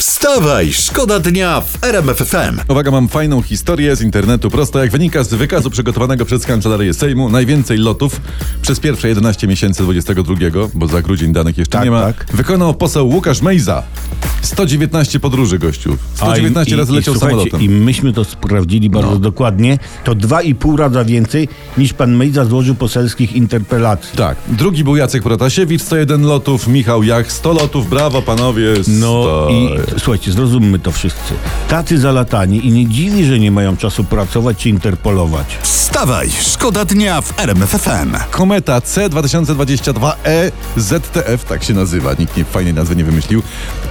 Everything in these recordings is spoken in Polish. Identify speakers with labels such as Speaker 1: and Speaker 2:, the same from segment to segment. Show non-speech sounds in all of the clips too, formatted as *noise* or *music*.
Speaker 1: Wstawaj, szkoda dnia w RMFFM.
Speaker 2: Uwaga, mam fajną historię z internetu. Prosta, jak wynika z wykazu przygotowanego przez Kancelarię Sejmu, najwięcej lotów przez pierwsze 11 miesięcy 22, bo za grudzień danych jeszcze
Speaker 3: Tak,
Speaker 2: nie ma,
Speaker 3: tak.
Speaker 2: wykonał poseł Łukasz Mejza. 119 podróży, gościu. 119 razy leciał
Speaker 3: słuchajcie,
Speaker 2: samolotem. No.
Speaker 3: I myśmy to sprawdzili bardzo dokładnie. To dwa i pół raza więcej niż pan Mejza złożył poselskich interpelacji.
Speaker 2: Tak. Drugi był Jacek Protasiewicz, 101 lotów, Michał Jach, 100 lotów, brawo panowie. 100.
Speaker 3: No i słuchajcie, zrozummy to wszyscy. Tacy zalatani i nie dziwi, że nie mają czasu pracować czy interpolować.
Speaker 1: Wstawaj, szkoda dnia w RMFFM.
Speaker 2: Kometa C2022E ZTF, tak się nazywa. Nikt nie, fajnej nazwy nie wymyślił.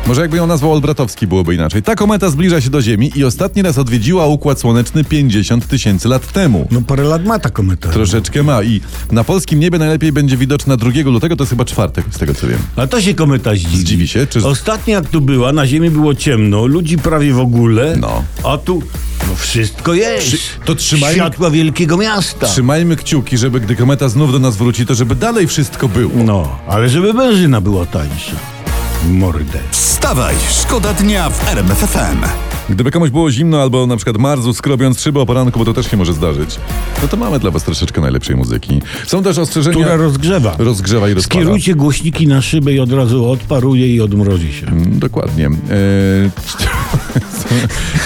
Speaker 2: Może jakby ją nazwał Olbratowski, byłoby inaczej. Ta kometa zbliża się do Ziemi i ostatni raz odwiedziła Układ Słoneczny 50 tysięcy lat temu.
Speaker 3: No parę lat ma ta kometa.
Speaker 2: Troszeczkę ma i na polskim niebie najlepiej będzie widoczna 2 lutego, to jest chyba czwartek, z tego co wiem.
Speaker 3: A to się kometa zdziwi.
Speaker 2: Zdziwi się, czy-
Speaker 3: Ostatnio jak tu była, na ziemi było ciemno, ludzi prawie w ogóle.
Speaker 2: No.
Speaker 3: A tu no wszystko jest.
Speaker 2: Trzy- to trzymajmy-
Speaker 3: Światła wielkiego miasta.
Speaker 2: Trzymajmy kciuki, żeby gdy kometa znów do nas wróci, to żeby dalej wszystko było.
Speaker 3: No, ale żeby benzyna była tańsza. Mordę.
Speaker 1: Wstawaj, szkoda dnia w RMFFM.
Speaker 2: Gdyby komuś było zimno albo na przykład marzu, skrobiąc szybę o poranku, bo to też się może zdarzyć, no to mamy dla was troszeczkę najlepszej muzyki. Są też ostrzeżenia...
Speaker 3: Która rozgrzewa.
Speaker 2: Rozgrzewa i rozpala.
Speaker 3: Skierujcie głośniki na szybę i od razu odparuje i odmrozi się.
Speaker 2: Mm, Dokładnie. E, *laughs*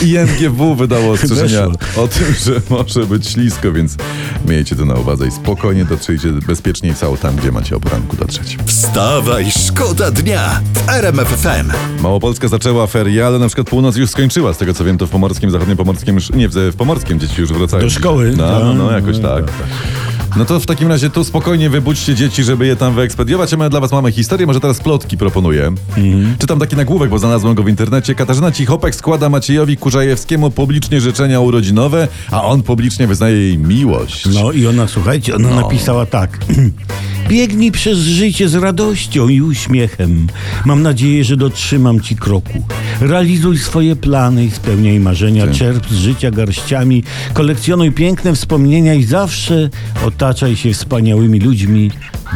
Speaker 2: Eee, IMGW wydało ostrzeżenia
Speaker 3: Weszło.
Speaker 2: o tym, że może być ślisko, więc miejcie to na uwadze i spokojnie dotrzyjcie bezpiecznie cało tam, gdzie macie o poranku dotrzeć.
Speaker 1: Wstawaj, szkoda dnia w RMFFM.
Speaker 2: Małopolska zaczęła ferie, ale na przykład północ już skończyła, z tego co wiem, to w Pomorskim, Zachodnim Pomorskim, już- nie, w w Pomorskim dzieci już wracają.
Speaker 3: Do szkoły,
Speaker 2: No,
Speaker 3: tak.
Speaker 2: no, no jakoś tak. No to w takim razie tu spokojnie wybudźcie dzieci, żeby je tam wyekspediować, a my dla was mamy historię, może teraz plotki proponuję. Czytam taki nagłówek, bo znalazłem go w internecie. Katarzyna Cichopek składa Maciejowi Kurzajewskiemu publicznie życzenia urodzinowe, a on publicznie wyznaje jej miłość.
Speaker 3: No i ona, słuchajcie, ona napisała tak. *clears throat* Biegnij przez życie z radością i uśmiechem. Mam nadzieję, że dotrzymam ci kroku. Realizuj swoje plany i spełniaj marzenia. Czerp z życia garściami. Kolekcjonuj piękne wspomnienia i zawsze otaczaj się wspaniałymi ludźmi.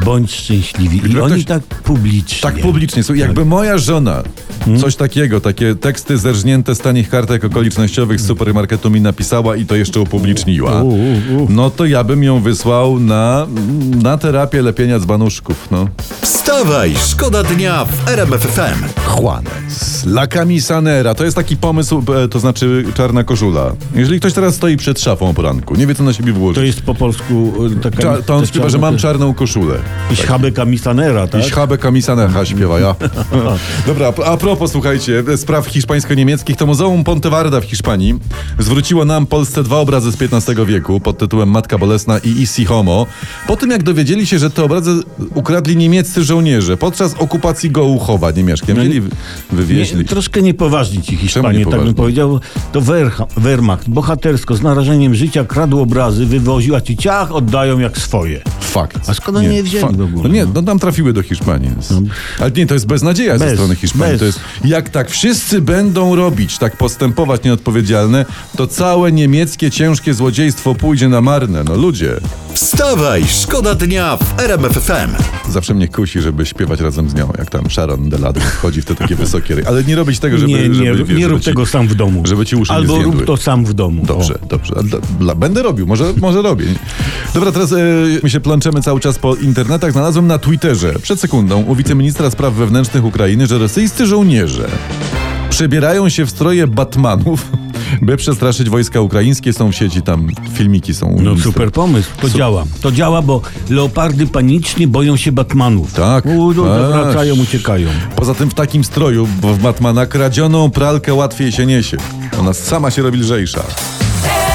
Speaker 3: Bądź szczęśliwi. I
Speaker 2: Gdyby ktoś-
Speaker 3: oni tak publicznie.
Speaker 2: Tak publicznie. Słuchaj, Jakby moja żona
Speaker 3: Mhm.
Speaker 2: coś takiego, takie teksty zerżnięte z tanich kartek okolicznościowych z supermarketu mi napisała i to jeszcze upubliczniła,
Speaker 3: U, u, u.
Speaker 2: no to ja bym ją wysłał na, na terapię lepienia z banuszków, no.
Speaker 1: Wstawaj, szkoda dnia w RMFFM.
Speaker 2: Juanes. La Camisanera. To jest taki pomysł, e, to znaczy czarna koszula. Jeżeli ktoś teraz stoi przed szafą o poranku, nie wie co na siebie
Speaker 3: To
Speaker 2: włożyć,
Speaker 3: jest po polsku y, taka...
Speaker 2: Cza- to on
Speaker 3: ta
Speaker 2: śpiewa, że
Speaker 3: czarna-
Speaker 2: mam czarną koszulę.
Speaker 3: I Schabe Kamisanera, tak?
Speaker 2: I Śchabę Kamisanecha śpiewa,
Speaker 3: *laughs*
Speaker 2: ja. Dobra, a propos, słuchajcie, spraw hiszpańsko-niemieckich, to Muzeum Pontevarda w Hiszpanii zwróciło nam, Polsce, dwa obrazy z XV wieku pod tytułem Matka Bolesna i Isi Homo, po tym jak dowiedzieli się, że te obrazy ukradli niemieccy żołnierze podczas okupacji Gołuchowa niemieckiem, czyli wywieźli.
Speaker 3: No Nie, troszkę niepoważni ci
Speaker 2: Czemu
Speaker 3: Hiszpanie, tak
Speaker 2: niepoważni?
Speaker 3: bym powiedział. To Werha- Wehrmacht bohatersko, z narażeniem życia kradł obrazy, wywoził, a ci ciach oddają jak swoje.
Speaker 2: Fakt.
Speaker 3: A skąd oni je wzięli
Speaker 2: Fakt.
Speaker 3: w ogóle,
Speaker 2: No nie, no tam trafiły do Hiszpanii. Ale nie, to jest beznadzieja ze
Speaker 3: No. Bez,
Speaker 2: strony Hiszpanii.
Speaker 3: bez.
Speaker 2: To jest, jak tak wszyscy będą robić, tak postępować nieodpowiedzialne, to całe niemieckie ciężkie złodziejstwo pójdzie na marne. No ludzie,
Speaker 1: Wstawaj, szkoda dnia w RMFFM.
Speaker 2: zawsze mnie kusi, żeby śpiewać razem z nią, jak tam Sharon Delady wchodzi w te takie wysokie... ry- Ale nie robić tego, żeby...
Speaker 3: nie, nie,
Speaker 2: żeby,
Speaker 3: rób-
Speaker 2: wiesz,
Speaker 3: nie
Speaker 2: żeby
Speaker 3: rób
Speaker 2: ci-
Speaker 3: tego sam w domu.
Speaker 2: żeby ci uszy nie
Speaker 3: Albo
Speaker 2: zjadły.
Speaker 3: rób to sam w domu.
Speaker 2: Dobrze,
Speaker 3: O.
Speaker 2: dobrze. A Dla, dla, będę robił, może, może robię. Dobra, teraz e, my się plączemy cały czas po internetach. Znalazłem na Twitterze przed sekundą u wiceministra spraw wewnętrznych Ukrainy, że rosyjscy żołnierze przebierają się w stroje Batmanów, by przestraszyć wojska ukraińskie. Są w sieci, tam filmiki są. u
Speaker 3: No
Speaker 2: ministra.
Speaker 3: super pomysł, to działa. To działa, bo leopardy panicznie boją się Batmanów.
Speaker 2: Tak,
Speaker 3: U, do,
Speaker 2: tak.
Speaker 3: Wracają, uciekają.
Speaker 2: Poza tym w takim stroju, bo w Batmana kradzioną pralkę łatwiej się niesie. Ona sama się robi lżejsza.
Speaker 4: RMFFM.